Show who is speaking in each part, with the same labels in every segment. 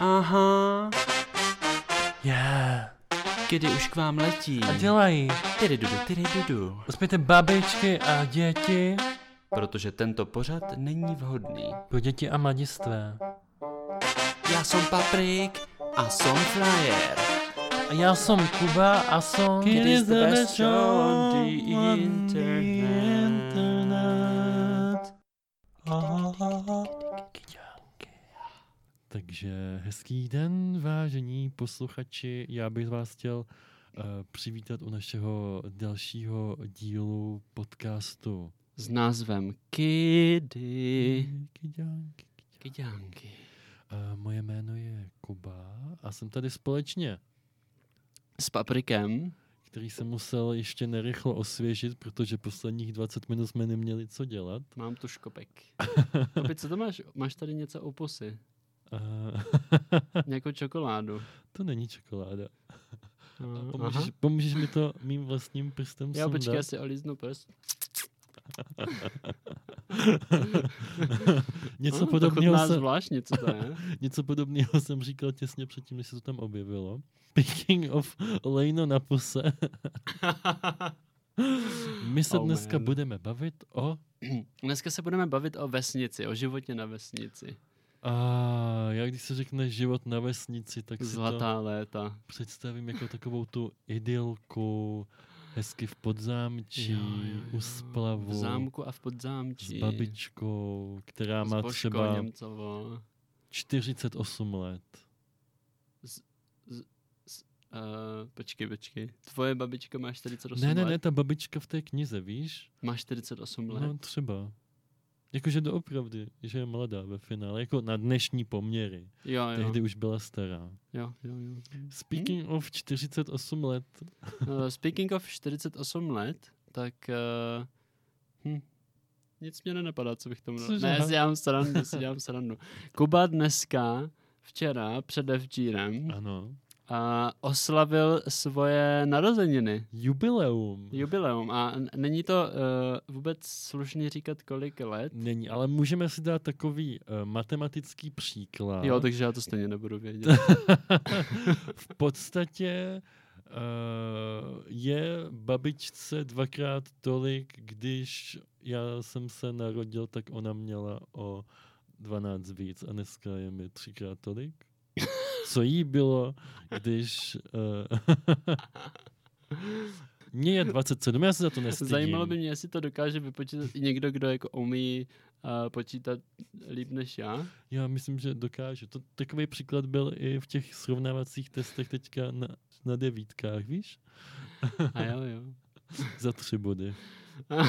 Speaker 1: Aha,
Speaker 2: Yeah.
Speaker 1: kdy už k vám letí.
Speaker 2: A dělají.
Speaker 1: Tyry dudu, tyry dudu.
Speaker 2: Uspějte babičky a děti.
Speaker 1: Protože tento pořad není vhodný.
Speaker 2: Pro děti a mladistvé.
Speaker 1: Já jsem Paprik a jsem Flyer.
Speaker 2: A já jsem Kuba a jsem...
Speaker 1: It is the best show on the internet.
Speaker 3: Takže hezký den, vážení posluchači. Já bych vás chtěl eh, přivítat u našeho dalšího dílu podcastu.
Speaker 1: S názvem Kiddy.
Speaker 3: Kyďánky.
Speaker 1: Kidánky.
Speaker 3: Eh, Moje jméno je Kuba a jsem tady společně,
Speaker 1: S Paprikem.
Speaker 3: který jsem musel ještě nerychlo osvěžit, protože posledních 20 minut jsme neměli co dělat.
Speaker 1: Mám tu škopek. Papi, co to máš? Máš tady něco o pusy?
Speaker 3: Eh,
Speaker 1: Nějakou čokoládu?
Speaker 3: To není čokoláda.
Speaker 1: A-
Speaker 3: No. Pomůžeš, pomůžeš mi to mým vlastním prstem
Speaker 1: Já
Speaker 3: sundat?
Speaker 1: Mhm. počkej, já si olíznu prst.
Speaker 3: něco,
Speaker 1: Hm,
Speaker 3: podobného
Speaker 1: to chutná
Speaker 3: jsem,
Speaker 1: zvláštně, co to je?
Speaker 3: něco podobného jsem říkal těsně předtím, než se to tam objevilo. Picking of Lejno na puse. My se
Speaker 1: Oh,
Speaker 3: dneska
Speaker 1: man.
Speaker 3: budeme bavit o...
Speaker 1: Dneska se budeme bavit o vesnici, o životě na vesnici.
Speaker 3: A já když se řekne život na vesnici, tak si to
Speaker 1: Zlatá léta.
Speaker 3: představím jako takovou tu idylku, hezky v podzámčí,
Speaker 1: Jo, jo, jo.
Speaker 3: u splavu,
Speaker 1: V zámku a v
Speaker 3: s
Speaker 1: podzámčí.
Speaker 3: babičkou, která
Speaker 1: S
Speaker 3: má
Speaker 1: Božkou
Speaker 3: třeba
Speaker 1: Němcovou.
Speaker 3: 48 let.
Speaker 1: Uh, počkej, počkej. Tvoje babička má 48
Speaker 3: Ne, ne,
Speaker 1: let.
Speaker 3: ne, ta babička v té knize, víš?
Speaker 1: Má 48 let.
Speaker 3: No třeba. Jakože doopravdy, že je mladá ve finále, jako na dnešní poměry.
Speaker 1: Jo, Hm. jo,
Speaker 3: Tehdy už byla stará.
Speaker 1: jo, jo, jo.
Speaker 3: Speaking of 48 let,
Speaker 1: Uh, speaking of 48 let, tak... Uh, hm, nic mě nenapadá, co bych tomu... dal.
Speaker 3: Cože?
Speaker 1: Ne, já si dělám srandu, si dělám srandu. Kuba dneska, včera, předevčírem,
Speaker 3: ano,
Speaker 1: a oslavil svoje narozeniny.
Speaker 3: jubileum.
Speaker 1: Jubileum. A n- není to uh, vůbec slušný říkat, kolik let?
Speaker 3: Není, ale můžeme si dát takový uh, matematický příklad.
Speaker 1: Jo, takže já to stejně nebudu vědět.
Speaker 3: V podstatě uh, je babičce dvakrát tolik, když já jsem se narodil, tak ona měla o 12 víc a dneska je mi třikrát tolik. Co jí bylo, když... Uh, Mně je 27, já se za to nestydím.
Speaker 1: Zajímalo by mě, jestli to dokáže vypočítat i někdo, kdo jako umí uh, počítat líp než já.
Speaker 3: Já myslím, že dokáže. To, takový příklad byl i v těch srovnávacích testech teďka na, na devítkách, víš?
Speaker 1: A jo, jo.
Speaker 3: Za tři body.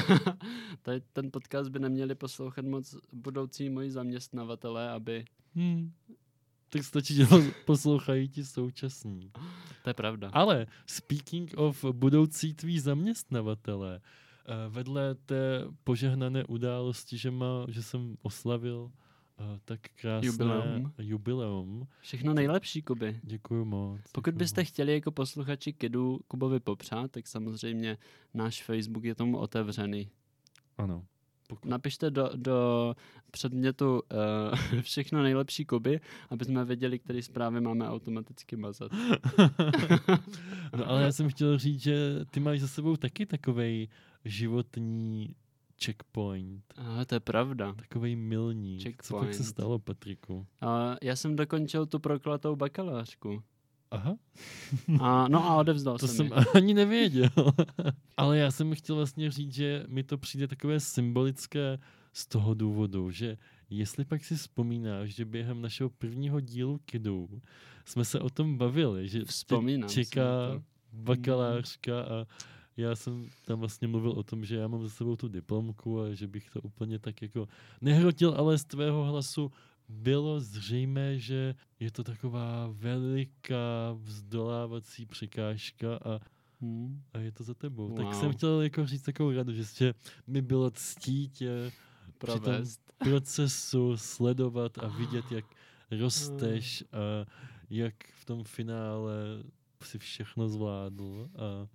Speaker 1: Tady ten podcast by neměli poslouchat moc budoucí moji zaměstnavatele, aby...
Speaker 3: Hmm. Tak stačí, že ho poslouchají ti současní.
Speaker 1: To je pravda.
Speaker 3: Ale speaking of budoucí tví zaměstnavatele, eh, vedle té požehnané události, že, má, že jsem oslavil eh, tak krásné
Speaker 1: Jubileum.
Speaker 3: jubileum.
Speaker 1: Všechno nejlepší, Kuby.
Speaker 3: Děkuji moc.
Speaker 1: Pokud
Speaker 3: děkuju
Speaker 1: byste
Speaker 3: moc.
Speaker 1: chtěli jako posluchači Kidu Kubovi popřát, tak samozřejmě náš Facebook je tomu otevřený.
Speaker 3: Ano. Pokud...
Speaker 1: Napište do, do předmětu uh, všechno nejlepší Kuby, aby jsme věděli, který zprávy máme automaticky mazat.
Speaker 3: no ale já jsem chtěl říct, že ty máš za sebou taky takovej životní checkpoint.
Speaker 1: A to je pravda.
Speaker 3: Takovej milník. Co pak se
Speaker 1: Checkpoint.
Speaker 3: stalo, Patriku?
Speaker 1: A já jsem dokončil tu prokletou bakalářku.
Speaker 3: Aha.
Speaker 1: A, no a odevzdal
Speaker 3: To
Speaker 1: jsem, jsem
Speaker 3: jsem ani nevěděl. Ale já jsem chtěl vlastně říct, že mi to přijde takové symbolické z toho důvodu, že jestli pak si vzpomínáš, že během našeho prvního dílu Kidů jsme se o tom bavili, že tě
Speaker 1: Vzpomínám si na
Speaker 3: čeká
Speaker 1: to.
Speaker 3: bakalářka a já jsem tam vlastně mluvil o tom, že já mám za sebou tu diplomku a že bych to úplně tak jako nehrotil, ale z tvého hlasu bylo zřejmé, že je to taková veliká vzdolávací překážka a,
Speaker 1: Hmm.
Speaker 3: a je to za tebou. Wow. Tak
Speaker 1: Wow.
Speaker 3: jsem chtěl jako říct takovou radu, že, že mi bylo eh, ctí tě při tom
Speaker 1: Provést.
Speaker 3: procesu sledovat a vidět, jak rosteš a jak v tom finále si všechno zvládl a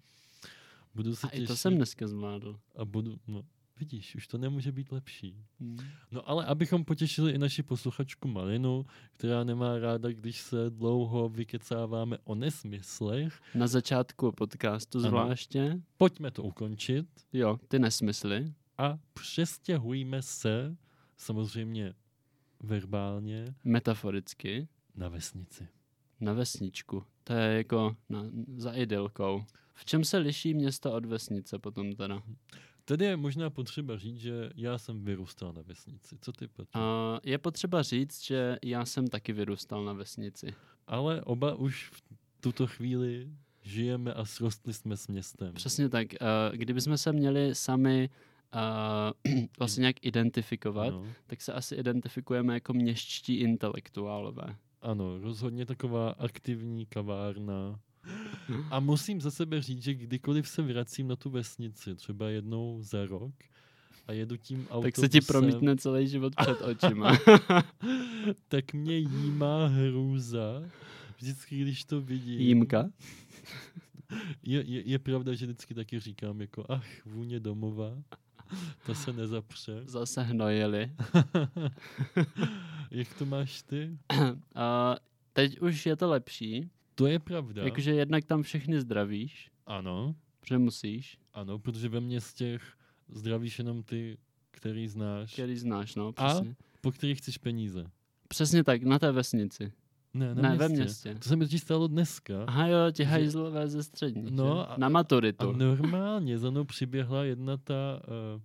Speaker 3: budu se
Speaker 1: A i
Speaker 3: těšit
Speaker 1: to jsem dneska zvládl.
Speaker 3: a budu, no, Vidíš, už to nemůže být lepší.
Speaker 1: Hmm.
Speaker 3: No ale abychom potěšili i naši posluchačku Malinu, která nemá ráda, když se dlouho vykecáváme o nesmyslech,
Speaker 1: Na začátku podcastu
Speaker 3: Ano.
Speaker 1: zvláště.
Speaker 3: pojďme to ukončit
Speaker 1: Jo, ty nesmysly.
Speaker 3: a přestěhujme se, samozřejmě verbálně,
Speaker 1: Metaforicky.
Speaker 3: na vesnici.
Speaker 1: Na vesničku. To je jako na, za idylkou. V čem se liší města od vesnice potom teda?
Speaker 3: Tady je možná potřeba říct, že já jsem vyrůstal na vesnici. Co ty, Petr?
Speaker 1: A je potřeba říct, že já jsem taky vyrůstal na vesnici.
Speaker 3: Ale oba už v tuto chvíli žijeme a srostli jsme s městem.
Speaker 1: Přesně tak. eh, Kdybychom se měli sami eh, vlastně nějak identifikovat,
Speaker 3: Ano.
Speaker 1: tak se asi identifikujeme jako městští intelektuálové.
Speaker 3: ano, rozhodně taková aktivní kavárna. A musím za sebe říct, že kdykoliv se vracím na tu vesnici, třeba jednou za rok, a jedu tím autobusem,
Speaker 1: Tak se ti promítne celý život před očima.
Speaker 3: tak mě jímá hrůza. Vždycky, když to vidím.
Speaker 1: Jímka?
Speaker 3: Je, je, je pravda, že vždycky taky říkám jako, ach, vůně domova, ta se nezapře.
Speaker 1: Zase hnojili.
Speaker 3: Jak to máš ty?
Speaker 1: A teď už je to lepší,
Speaker 3: To je pravda.
Speaker 1: jakože jednak tam všechny zdravíš,
Speaker 3: Ano,
Speaker 1: protože musíš,
Speaker 3: ano, protože ve městěch zdravíš jenom ty, který znáš,
Speaker 1: který znáš, no, přesně. A?
Speaker 3: po kterých chceš peníze.
Speaker 1: Přesně tak, na té vesnici.
Speaker 3: Ne, na
Speaker 1: ne,
Speaker 3: městě.
Speaker 1: ve městě.
Speaker 3: To se mi totiž stalo dneska.
Speaker 1: Aha jo, ti hajzlové ze střední.
Speaker 3: No
Speaker 1: No,
Speaker 3: a-
Speaker 1: na
Speaker 3: A
Speaker 1: maturitu.
Speaker 3: normálně za mnou přiběhla jedna ta uh,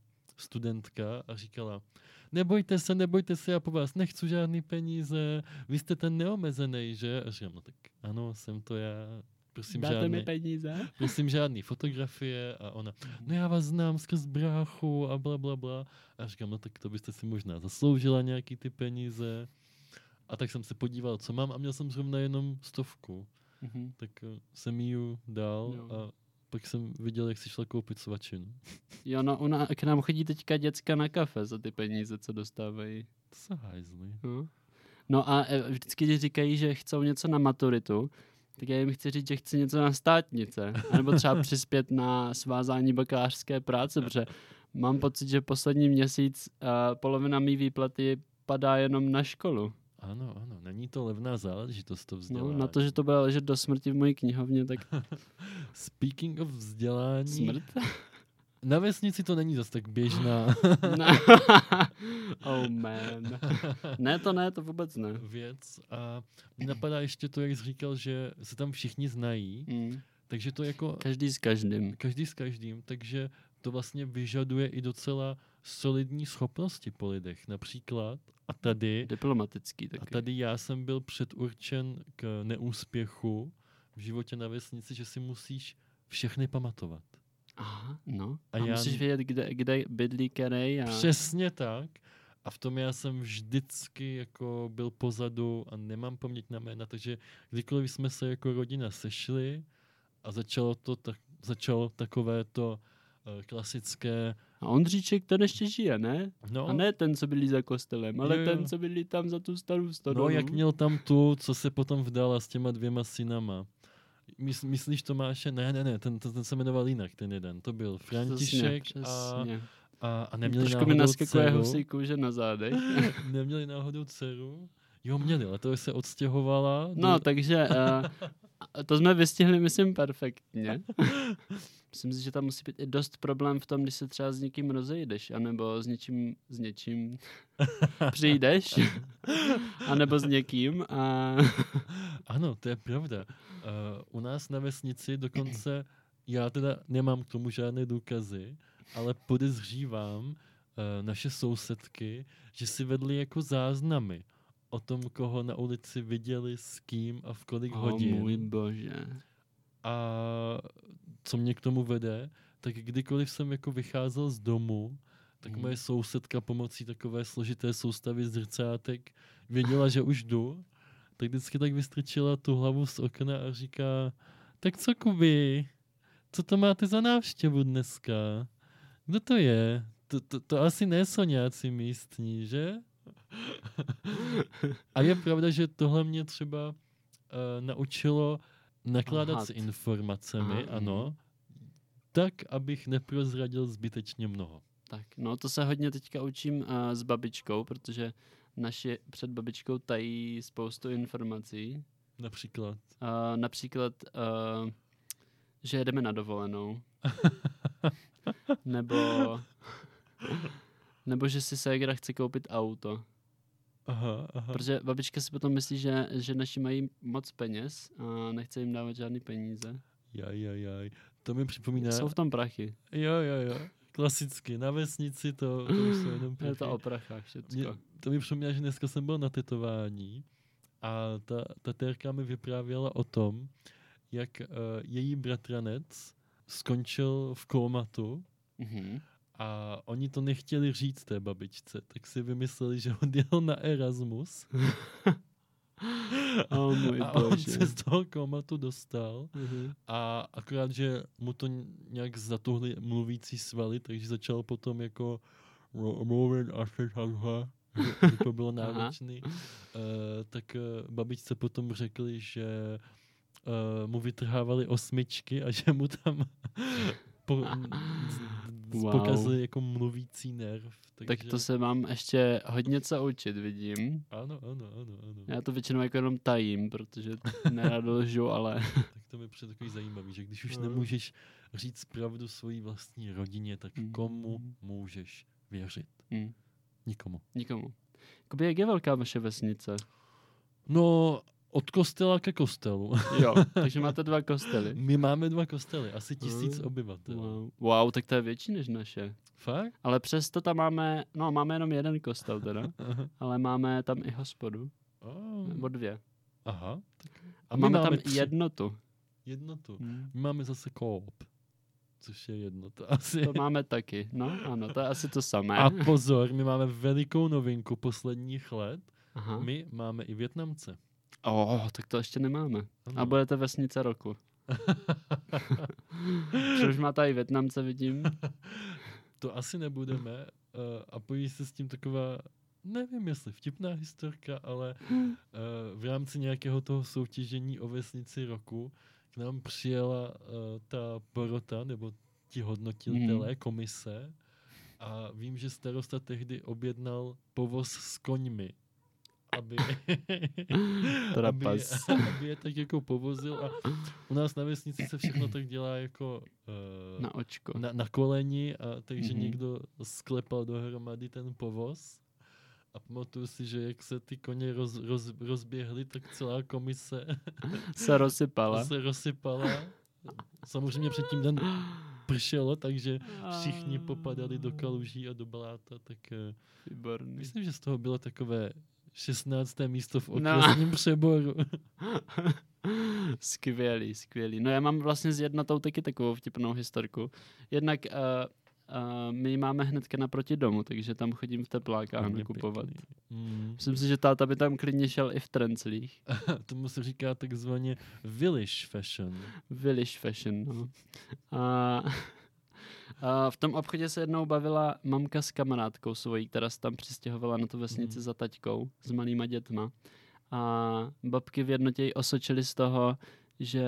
Speaker 3: studentka a říkala, nebojte se, nebojte se, já po vás nechci žádný peníze, vy jste ten neomezený, že? A říkám, no tak ano, jsem to já, prosím
Speaker 1: Dáte
Speaker 3: žádný,
Speaker 1: mi peníze?
Speaker 3: prosím žádný fotografie a ona, no já vás znám skrz bráchu a bla, bla, bla. A říkám, no tak to byste si možná zasloužila nějaký ty peníze. A tak jsem se podíval, co mám a měl jsem zrovna jenom stovku
Speaker 1: Mhm.
Speaker 3: tak eh, jsem jí dal
Speaker 1: Jo.
Speaker 3: a pak jsem viděl, jak si šla koupit svačinu.
Speaker 1: Jo, no, ona, k nám chodí teďka děcka na kafe za ty peníze, co dostávají.
Speaker 3: To se hajzli.
Speaker 1: No, no a e, vždycky, když říkají, že chcou něco na maturitu, tak já jim chci říct, že chci něco na státnice. Nebo třeba přispět na svázání bakalářské práce, protože mám pocit, že poslední měsíc uh, polovina mý výplaty padá jenom na školu.
Speaker 3: Ano, ano, není to levná záležitost to
Speaker 1: No,
Speaker 3: vzdělání.
Speaker 1: na to, že to bude ležet do smrti v mojí knihovně, tak
Speaker 3: Speaking of vzdělání,
Speaker 1: smrt.
Speaker 3: na vesnici to není zas tak běžná
Speaker 1: No. oh man. Ne, to ne, to vůbec ne.
Speaker 3: věc a mě napadá ještě to, jak jsi říkal, že se tam všichni znají,
Speaker 1: Mm.
Speaker 3: takže to jako
Speaker 1: Každý s každým.
Speaker 3: každý s každým, takže to vlastně vyžaduje i docela solidní schopnosti po lidech. Například a tady
Speaker 1: Diplomatický
Speaker 3: A
Speaker 1: taky.
Speaker 3: tady já jsem byl předurčen k neúspěchu v životě na vesnici, že si musíš všechny pamatovat.
Speaker 1: Aha, no.
Speaker 3: A
Speaker 1: A,
Speaker 3: já-
Speaker 1: musíš vědět, kde, kde bydlí který a...
Speaker 3: Přesně tak. A v tom já jsem vždycky jako byl pozadu a nemám paměť na jména, takže kdykoliv jsme se jako rodina sešli a začalo to tak, začalo takové to eh, klasické,
Speaker 1: A Ondříček ten ještě žije, ne?
Speaker 3: no,
Speaker 1: A ne ten, co bydlí za kostelem, ale
Speaker 3: Jo, jo.
Speaker 1: ten, co bydlí tam za tu starou stodolu.
Speaker 3: no jak měl tam tu, co se potom vdala s těma dvěma synama. Mys, myslíš Tomáše? Ne, ne, ne, ten, ten, ten se jmenoval jinak, ten jeden. To byl František
Speaker 1: Přesně,
Speaker 3: a
Speaker 1: přesně.
Speaker 3: A, a neměli
Speaker 1: Trošku mi
Speaker 3: náhodou
Speaker 1: naskakuje
Speaker 3: dceru?
Speaker 1: husí kůže na zádech.
Speaker 3: Neměli náhodou dceru? Jo, měli, ale to se odstěhovala.
Speaker 1: No,
Speaker 3: do...
Speaker 1: takže uh, to jsme vystihli, myslím, perfektně. Myslím si, že tam musí být i dost problém v tom, když se třeba s někým rozejdeš, anebo s něčím, s něčím přijdeš, anebo s někým a
Speaker 3: Ano, to je pravda. Uh, u nás na vesnici dokonce, já teda nemám k tomu žádné důkazy, ale podezřívám uh, naše sousedky, že si vedli jako záznamy o tom, koho na ulici viděli, s kým a v kolik hodin.
Speaker 1: Oh, můj bože.
Speaker 3: A co mě k tomu vede, tak kdykoliv jsem jako vycházel z domu, tak
Speaker 1: Mhm.
Speaker 3: moje sousedka pomocí takové složité soustavy zrcátek věděla, že už jdu, tak vždycky tak vystrčila tu hlavu z okna a říká, tak co Kuby, co to máte za návštěvu dneska? Kdo to je? To, to, to asi nejsou nějací místní, že? A je pravda, že tohle mě třeba eh, naučilo nakládat
Speaker 1: Lhát.
Speaker 3: s informacemi,
Speaker 1: Aha, mhm.
Speaker 3: ano, tak, abych neprozradil zbytečně mnoho.
Speaker 1: Tak, no to se hodně teďka učím a s babičkou, protože naši před babičkou tají spoustu informací.
Speaker 3: Například.
Speaker 1: A například, eh, že jedeme na dovolenou. nebo, nebo že si ségra chce koupit auto.
Speaker 3: Aha, aha.
Speaker 1: Protože babička si potom myslí, že, že naši mají moc peněz a nechce jim dávat žádný peníze.
Speaker 3: Jaj, jaj, jaj. To mi připomíná...
Speaker 1: Jsou v tom prachy.
Speaker 3: Jo, jo, jo. Klasicky. Na vesnici to, to už jsou jenom
Speaker 1: Je to
Speaker 3: prachy.
Speaker 1: o prachách
Speaker 3: Mě,
Speaker 1: všecko.
Speaker 3: to mi připomíná, že dneska jsem byl na tetování a ta, ta térka mi vyprávěla o tom, jak uh, její bratranec skončil v komatu
Speaker 1: Mhm.
Speaker 3: a oni to nechtěli říct té babičce, tak si vymysleli, že on jel na Erasmus
Speaker 1: O můj
Speaker 3: a on
Speaker 1: bože.
Speaker 3: se z toho komatu dostal
Speaker 1: Mhm.
Speaker 3: a akorát, že mu to nějak zatuhli mluvící svaly, takže začal potom jako "No, mluvit asi takhle, že- že to bylo
Speaker 1: Aha.
Speaker 3: náročný. Uh, tak uh, babičce potom řekli, že uh, mu vytrhávali osmičky a že mu tam po, z- z-
Speaker 1: Wow.
Speaker 3: pokazili jako mluvící nerv. Takže,
Speaker 1: Tak to se mám ještě hodně co učit, vidím.
Speaker 3: Ano, ano, ano, ano.
Speaker 1: Já to většinou jako jenom tajím, protože nerad lžu, ale
Speaker 3: Tak to mi přijde takový zajímavý, že když už
Speaker 1: No.
Speaker 3: nemůžeš říct pravdu svojí vlastní rodině, tak
Speaker 1: Mm.
Speaker 3: komu můžeš věřit?
Speaker 1: Mm.
Speaker 3: Nikomu.
Speaker 1: nikomu. Jakoby jak je velká vaše vesnice?
Speaker 3: No, od kostela ke kostelu.
Speaker 1: Jo, takže máte dva kostely.
Speaker 3: My máme dva kostely, asi tisíc
Speaker 1: Mm.
Speaker 3: obyvatel.
Speaker 1: Wow. wow, tak to je větší než naše.
Speaker 3: Fakt?
Speaker 1: Ale přesto tam máme, no máme jenom jeden kostel teda,
Speaker 3: Aha.
Speaker 1: ale máme tam i hospodu,
Speaker 3: Oh.
Speaker 1: No. nebo dvě.
Speaker 3: Aha.
Speaker 1: A
Speaker 3: my
Speaker 1: máme tam
Speaker 3: tři- Hmm.
Speaker 1: jednotu.
Speaker 3: jednotu.
Speaker 1: Mm.
Speaker 3: My máme zase koop, což je jednota asi.
Speaker 1: To máme taky, no ano, to je asi to samé.
Speaker 3: A pozor, my máme velikou novinku posledních let.
Speaker 1: Aha.
Speaker 3: My máme i Větnamce.
Speaker 1: Oh, tak to ještě nemáme.
Speaker 3: Ano.
Speaker 1: A budete vesnice roku. Že už má tady Větnamce, vidím.
Speaker 3: to asi nebudeme. eh, A pojí se s tím taková, nevím jestli vtipná historka, ale eh, v rámci nějakého toho soutěžení o vesnici roku k nám přijela eh, ta porota, nebo ti hodnotitelé, komise. A vím, že starosta tehdy objednal povoz s koňmi, aby, aby, je,
Speaker 1: Trapas.
Speaker 3: aby je tak jako povozil. A u nás na vesnici se všechno tak dělá jako eh,
Speaker 1: Na očko.
Speaker 3: na, na koleni, a, takže
Speaker 1: Mhm.
Speaker 3: mm-hmm. někdo sklepal dohromady ten povoz. A pamatuju si, že jak se ty koně roz, roz, rozběhly, tak celá komise
Speaker 1: Se rozsypala.
Speaker 3: se rozsypala. Samozřejmě předtím den pršelo, takže všichni popadali do kaluží a do bláta, tak eh,
Speaker 1: Výborný.
Speaker 3: myslím, že z toho bylo takové 16. místo v
Speaker 1: No.
Speaker 3: okresním přeboru.
Speaker 1: skvělý, skvělý. No já mám vlastně s jednotou taky takovou vtipnou historku. Jednak uh, uh, my ji máme hnedka naproti domu, takže tam chodím v teplákách
Speaker 3: Hodně
Speaker 1: nakupovat.
Speaker 3: pěkný. Mm.
Speaker 1: Myslím si, že táta by tam klidně šel i v trenclích.
Speaker 3: Tomu se říká takzvaně village fashion.
Speaker 1: Village fashion, no. A, a v tom obchodě se jednou bavila mamka s kamarádkou svojí, která se tam přistěhovala na tu vesnici
Speaker 3: Mhm.
Speaker 1: za taťkou s malýma dětma. A babky v jednotě ji osočili z toho, že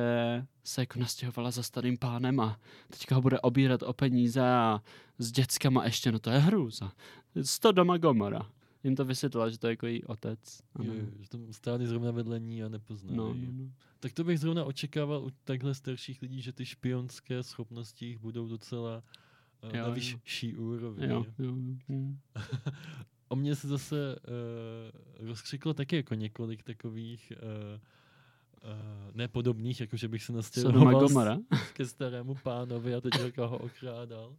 Speaker 1: se jako nastěhovala za starým pánem a teďka ho bude obírat o peníze a s dětskama ještě, no to je hrůza. Sto doma Gomora. Jim to vysvětlila, že to je jako její otec. Ano.
Speaker 3: Jo, jo, že tam stáli zrovna vedle ní a nepoznali.
Speaker 1: No, no,
Speaker 3: ji.
Speaker 1: no.
Speaker 3: Tak to bych zrovna očekával u takhle starších lidí, že ty špionské schopnosti jich budou docela eh,
Speaker 1: Jo,
Speaker 3: na
Speaker 1: jo.
Speaker 3: vyšší úrovni.
Speaker 1: no, Jo, jo, jo.
Speaker 3: O mně se zase uh, rozkřiklo taky jako několik takových uh, uh, nepodobných, jako že bych se
Speaker 1: Sodoma
Speaker 3: nastěhoval s-
Speaker 1: Gomora.
Speaker 3: ke starému pánovi a teď ho okrádal.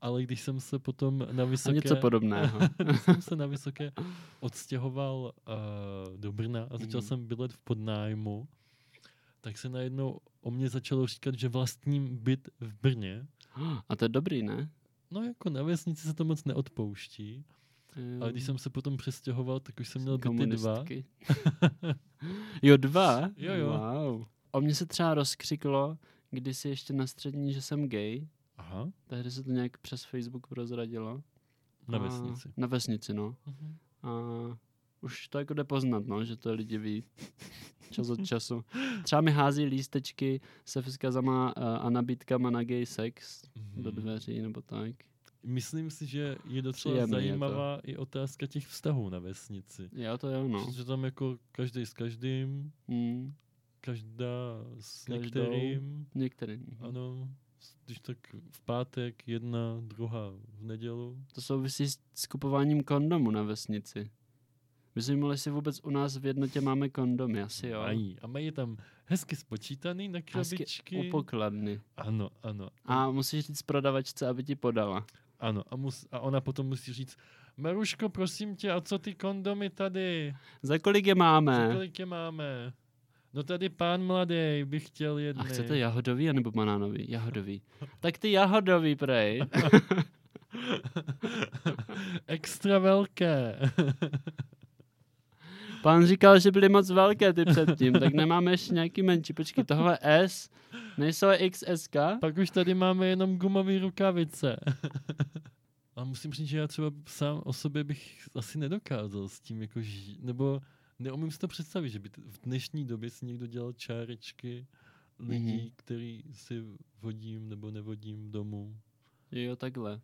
Speaker 3: Ale když jsem se potom na
Speaker 1: A
Speaker 3: vysoké...
Speaker 1: něco podobného.
Speaker 3: Když jsem se na Vysoké odstěhoval uh, do Brna a začal
Speaker 1: Mhm.
Speaker 3: jsem bydlet v podnájmu, tak se najednou o mě začalo říkat, že vlastním byt v Brně.
Speaker 1: A to je dobrý, ne?
Speaker 3: No jako na vesnici se to moc neodpouští, ale když
Speaker 1: Jo.
Speaker 3: jsem se potom přestěhoval, tak už jsem měl byty dva.
Speaker 1: Komunistky. jo, dva?
Speaker 3: Jo, jo.
Speaker 1: Wow. O mě se třeba rozkřiklo kdysi ještě na střední, že jsem gay.
Speaker 3: Aha,
Speaker 1: Tehdy se to nějak přes Facebook prozradilo.
Speaker 3: na
Speaker 1: A-
Speaker 3: vesnici.
Speaker 1: Na vesnici, no.
Speaker 3: Mhm.
Speaker 1: A už to jako jde poznat, no, že to lidi ví čas od času. Třeba mi hází lístečky se vzkazama eh, a nabídkama na gay sex do
Speaker 3: Mhm.
Speaker 1: dveří nebo tak.
Speaker 3: Myslím si, že je docela
Speaker 1: Příjemný je to.
Speaker 3: zajímavá i otázka těch vztahů na vesnici.
Speaker 1: Jo, to jo, no.
Speaker 3: Že tam jako každý s každým,
Speaker 1: Mm,
Speaker 3: každá s
Speaker 1: Každou.
Speaker 3: některým.
Speaker 1: některý.
Speaker 3: Ano, No, s- když tak v pátek jedna, druhá v nedělu.
Speaker 1: To souvisí s, s kupováním kondomu na vesnici. Myslím, ale si vůbec u nás v jednotě máme kondomy, asi jo.
Speaker 3: Mají. A mají tam hezky spočítaný na
Speaker 1: Hezky
Speaker 3: krabičky.
Speaker 1: U pokladny.
Speaker 3: Ano, ano.
Speaker 1: A musíš říct prodavačce, aby ti podala.
Speaker 3: Ano, a, mus, a ona potom musí říct, Maruško, prosím tě, a co ty kondomy tady?
Speaker 1: Za kolik je
Speaker 3: Za
Speaker 1: máme?
Speaker 3: kolik je máme? No tady pán mladý bych chtěl jedny.
Speaker 1: A chcete jahodový anebo banánový? Jahodový. Tak ty jahodový, prej.
Speaker 3: Extra velké.
Speaker 1: Pán říkal, že byly moc velké ty předtím, tak nemáme ještě nějaký menší. Počkej, tohle S, nejsou XSK?
Speaker 3: Pak už tady máme jenom gumové rukavice. A musím říct, že já třeba sám o sobě bych asi nedokázal s tím jako žít, nebo neumím si to představit, že by t- v dnešní době si někdo dělal čárečky lidí,
Speaker 1: Mhm.
Speaker 3: který si vodím nebo nevodím domů.
Speaker 1: Jo, takhle.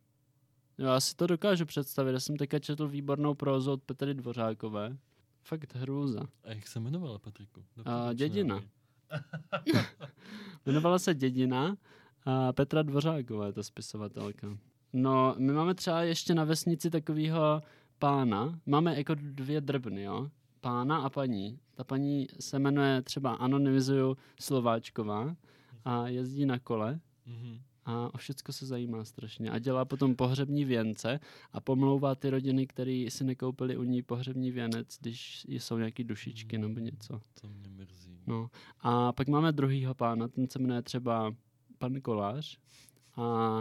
Speaker 1: Jo, já si to dokážu představit. Já jsem teďka četl výbornou prózu od Petry Dvořákové. Fakt hrůza.
Speaker 3: A jak se jmenovala, Patriku?
Speaker 1: A, dědina. Jmenovala se Dědina a Petra Dvořáková je ta spisovatelka. No, my máme třeba ještě na vesnici takového pána. Máme jako dvě drbny, jo? Pána a paní. Ta paní se jmenuje třeba anonymizuju Slováčková a jezdí na kole
Speaker 3: Mhm.
Speaker 1: a o všecko se zajímá strašně. A dělá potom pohřební věnce a pomlouvá ty rodiny, které si nekoupili u ní pohřební věnec, když jsou nějaký dušičky nebo něco.
Speaker 3: To mě mrzí.
Speaker 1: No. A pak máme druhýho pána, ten se jmenuje třeba pan Kolář a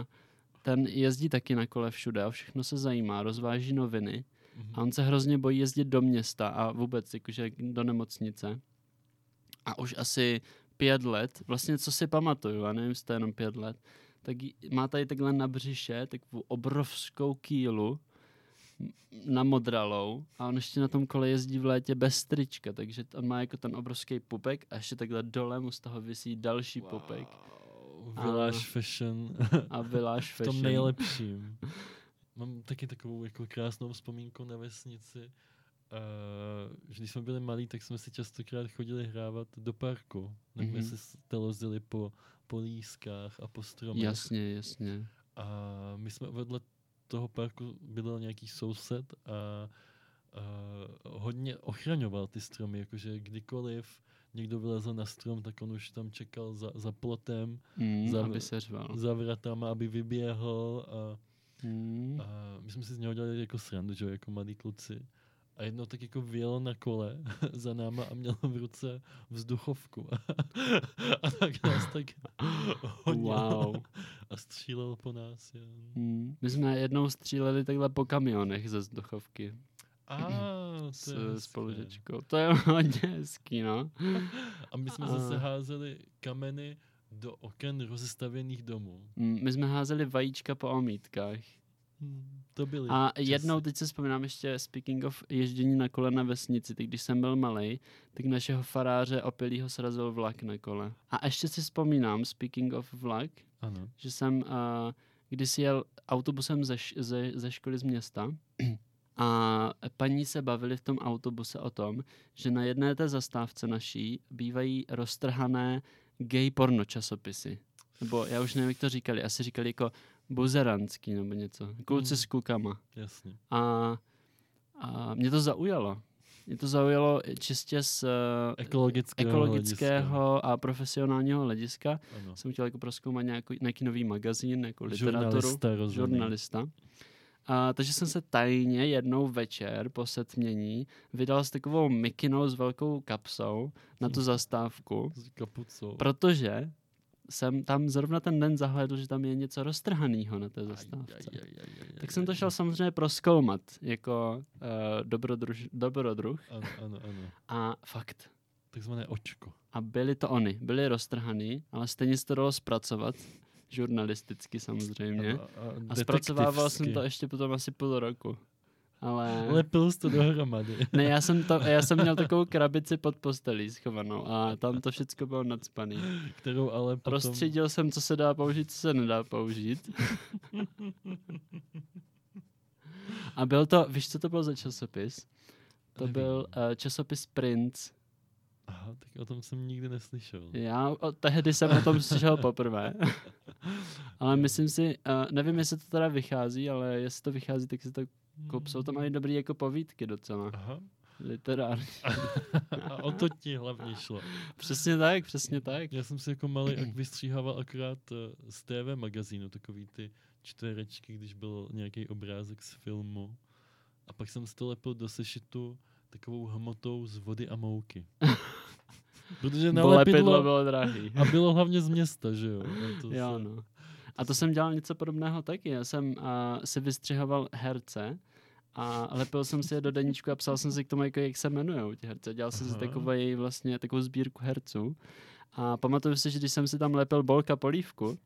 Speaker 1: ten jezdí taky na kole všude a všechno se zajímá, rozváží noviny
Speaker 3: Mhm.
Speaker 1: a on se hrozně bojí jezdit do města a vůbec jakože do nemocnice. A už asi pět let, vlastně co si pamatuju, já nevím, jestli to je jenom pět let, tak jí- má tady takhle na břiše takovou obrovskou kýlu m- na modralou a on ještě na tom kole jezdí v létě bez trička, takže t- on má jako ten obrovský pupek a ještě takhle dole mu z toho visí další wow. pupek
Speaker 3: Wow,
Speaker 1: A-
Speaker 3: Village fashion.
Speaker 1: a vyláš
Speaker 3: v tom nejlepším. Mám taky takovou jako krásnou vzpomínku na vesnici. Uh, že když jsme byli malí, tak jsme si častokrát chodili hrávat do parku. Tak jsme
Speaker 1: Mhm.
Speaker 3: se stelozili po, po lískách a po stromech.
Speaker 1: Jasně, jasně.
Speaker 3: A my jsme vedle toho parku bydlel nějaký soused a, a hodně ochraňoval ty stromy, jakože kdykoliv někdo vylezl na strom, tak on už tam čekal za, za plotem,
Speaker 1: Mm,
Speaker 3: Zav-
Speaker 1: aby se řval.
Speaker 3: za vratama, aby vyběhl a
Speaker 1: Mm.
Speaker 3: a my jsme si z něho dělali jako srandu, že jo, jako malí kluci. A jednou tak jako vyjel na kole za náma a měl v ruce vzduchovku. a tak nás tak hodil
Speaker 1: Wow.
Speaker 3: a střílel po nás. Jen.
Speaker 1: Mm. My jsme jednou stříleli takhle po kamionech ze vzduchovky
Speaker 3: A, to je
Speaker 1: s
Speaker 3: hezké.
Speaker 1: spolužečkou. To je hodně hezký, no.
Speaker 3: A my jsme
Speaker 1: A-
Speaker 3: zase házeli kameny do oken rozestavěných domů.
Speaker 1: Mm, My jsme házeli vajíčka po omítkách.
Speaker 3: Hmm, To byly.
Speaker 1: A
Speaker 3: časy.
Speaker 1: jednou, teď se vzpomínám ještě, speaking of ježdění na kole na vesnici, tak když jsem byl malý, tak našeho faráře opilýho srazil vlak na kole. A ještě si vzpomínám, speaking of vlak,
Speaker 3: Ano.
Speaker 1: že jsem uh, kdysi jel autobusem ze, š- ze, ze školy z města a paní se bavili v tom autobuse o tom, že na jedné té zastávce naší bývají roztrhané gay porno časopisy. Nebo já už nevím, jak to říkali, asi říkali jako buzeranský nebo něco. Kluci
Speaker 3: Hmm.
Speaker 1: s kukama.
Speaker 3: Jasně.
Speaker 1: A, a mě to zaujalo. Mě to zaujalo čistě z eh,
Speaker 3: Ekologického. hlediska.
Speaker 1: ekologického a profesionálního hlediska
Speaker 3: Ano.
Speaker 1: jsem chtěl jako proskoumat nějaký, nějaký nový magazín, jako literaturu.
Speaker 3: Žurnalista, rozumím.
Speaker 1: Žurnalista. A, takže jsem se tajně jednou večer po setmění vydal s takovou mikinou s velkou kapsou na tu zastávku,
Speaker 3: S kapucou.
Speaker 1: protože jsem tam zrovna ten den zahledl, že tam je něco roztrhaného na té
Speaker 3: Aj,
Speaker 1: Jako zastávce.
Speaker 3: aj, aj, aj, aj,
Speaker 1: Tak jsem to
Speaker 3: aj.
Speaker 1: šel samozřejmě proskoumat jako uh, dobrodruž, dobrodruh
Speaker 3: Ano, ano, ano.
Speaker 1: a fakt
Speaker 3: Takzvané očko.
Speaker 1: A byli to oni, byli roztrhaný, ale stejně se to dalo zpracovat, žurnalisticky samozřejmě.
Speaker 3: A, a,
Speaker 1: A zpracovával
Speaker 3: detektivsky.
Speaker 1: jsem to ještě potom asi půl roku. Ale...
Speaker 3: Lepil jsi to dohromady.
Speaker 1: Ne, já jsem, to, já jsem měl takovou krabici pod postelí schovanou a tam to všechno bylo nadspaný.
Speaker 3: Kterou ale potom...
Speaker 1: Rozstředil jsem, co se dá použít, co se nedá použít. A byl to, víš, co to byl za časopis? To
Speaker 3: Nevím.
Speaker 1: byl eh, časopis Prince.
Speaker 3: Aha, tak o tom jsem nikdy neslyšel.
Speaker 1: Já o, tehdy jsem o tom slyšel poprvé. ale myslím si, eh, nevím, jestli to teda vychází, ale jestli to vychází, tak si to kup. Jsou to mají dobrý jako povídky docela.
Speaker 3: Aha.
Speaker 1: Literární.
Speaker 3: A o to ti hlavně šlo.
Speaker 1: Přesně tak, přesně tak.
Speaker 3: Já jsem si jako malý ak vystříhával akorát eh, z TV magazínu, takový ty čtverečky, když byl nějaký obrázek z filmu. A pak jsem si to lepil do sešitu takovou hmotou z vody a mouky. Protože na
Speaker 1: Lepidlo
Speaker 3: lepidlo
Speaker 1: bylo drahý.
Speaker 3: a bylo hlavně z města, že jo? A to
Speaker 1: Jo,
Speaker 3: se-
Speaker 1: no. A to jsem dělal něco podobného taky. Já jsem uh, si vystřihoval herce a lepil jsem si je do deníčku a psal jsem si k tomu, jako, jak se jmenují ti herce. Dělal jsem si
Speaker 3: Aha.
Speaker 1: takovej, vlastně, takovou sbírku herců. A pamatuju si, že když jsem si tam lepil Bolka Polívku,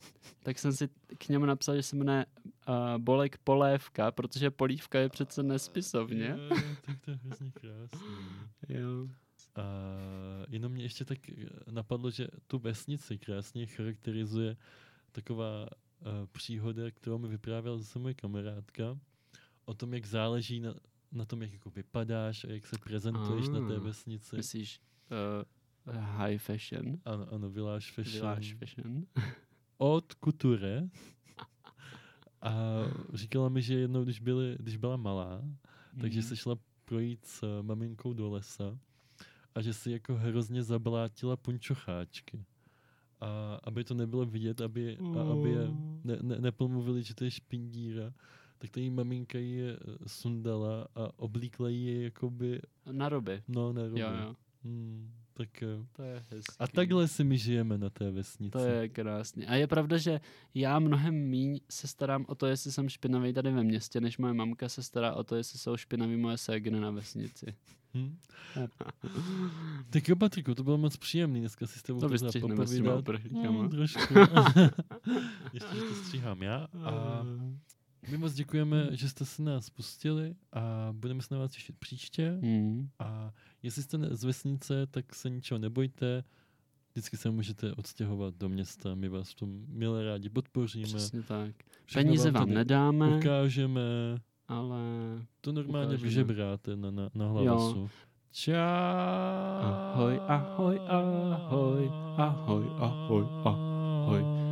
Speaker 1: tak jsem si k němu napsal, že se jmenuje uh, Bolek Polévka, protože Polívka je přece nespisovně.
Speaker 3: Jo, jo, tak to je hrozně krásný.
Speaker 1: Jo.
Speaker 3: A jenom mě ještě tak eh, napadlo, že tu vesnici krásně charakterizuje taková eh, příhoda, kterou mi vyprávěla zase moje kamarádka, o tom, jak záleží na, na tom, jak jako vypadáš a jak se prezentuješ na té
Speaker 1: Ah,
Speaker 3: vesnici.
Speaker 1: Myslíš uh, high fashion?
Speaker 3: Ano, ano, Village Fashion.
Speaker 1: Village fashion.
Speaker 3: Od Kuture. A říkala mi, že jednou, když, byli, když byla malá, takže
Speaker 1: Mhm.
Speaker 3: se šla projít s eh, maminkou do lesa a že si jako hrozně zablátila punčocháčky. A aby to nebylo vidět, aby, a aby je
Speaker 1: Mm.
Speaker 3: ne, ne, nepomluvili, že to je špindíra, tak ta její maminka ji je eh, sundala a oblíkla ji jakoby,
Speaker 1: Na ruby.
Speaker 3: no, na rubu.
Speaker 1: Jo, jo.
Speaker 3: Hmm, tak, eh,
Speaker 1: To je hezký.
Speaker 3: a takhle si my žijeme na té vesnici.
Speaker 1: To je krásný. A je pravda, že já mnohem míň se starám o to, jestli jsem špinavý tady ve městě, než moje mamka se stará o to, jestli jsou špinavý moje ségny na vesnici.
Speaker 3: Hm? Tak jo, Patriku, to bylo moc příjemný dneska si s tebou
Speaker 1: To
Speaker 3: takhle
Speaker 1: vystřihneme s těma
Speaker 3: popovídat.
Speaker 1: uprchlíkama.
Speaker 3: Mm, trošku. Ještě, že to stříhám já. A
Speaker 1: Eh.
Speaker 3: my moc děkujeme, že jste se nás pustili a budeme se na vás těšit příště.
Speaker 1: Hmm.
Speaker 3: A jestli jste ne- z vesnice, tak se ničeho nebojte. Vždycky se můžete odstěhovat do města. My vás v tom milé rádi podpoříme.
Speaker 1: Přesně tak.
Speaker 3: Všechno
Speaker 1: Peníze vám
Speaker 3: tady
Speaker 1: nedáme,
Speaker 3: Ukážeme.
Speaker 1: ale
Speaker 3: To normálně
Speaker 1: Ukážeme.
Speaker 3: vyžebráte na, na, na hlasu. Čau.
Speaker 1: Ahoj, ahoj, ahoj, ahoj, ahoj, ahoj.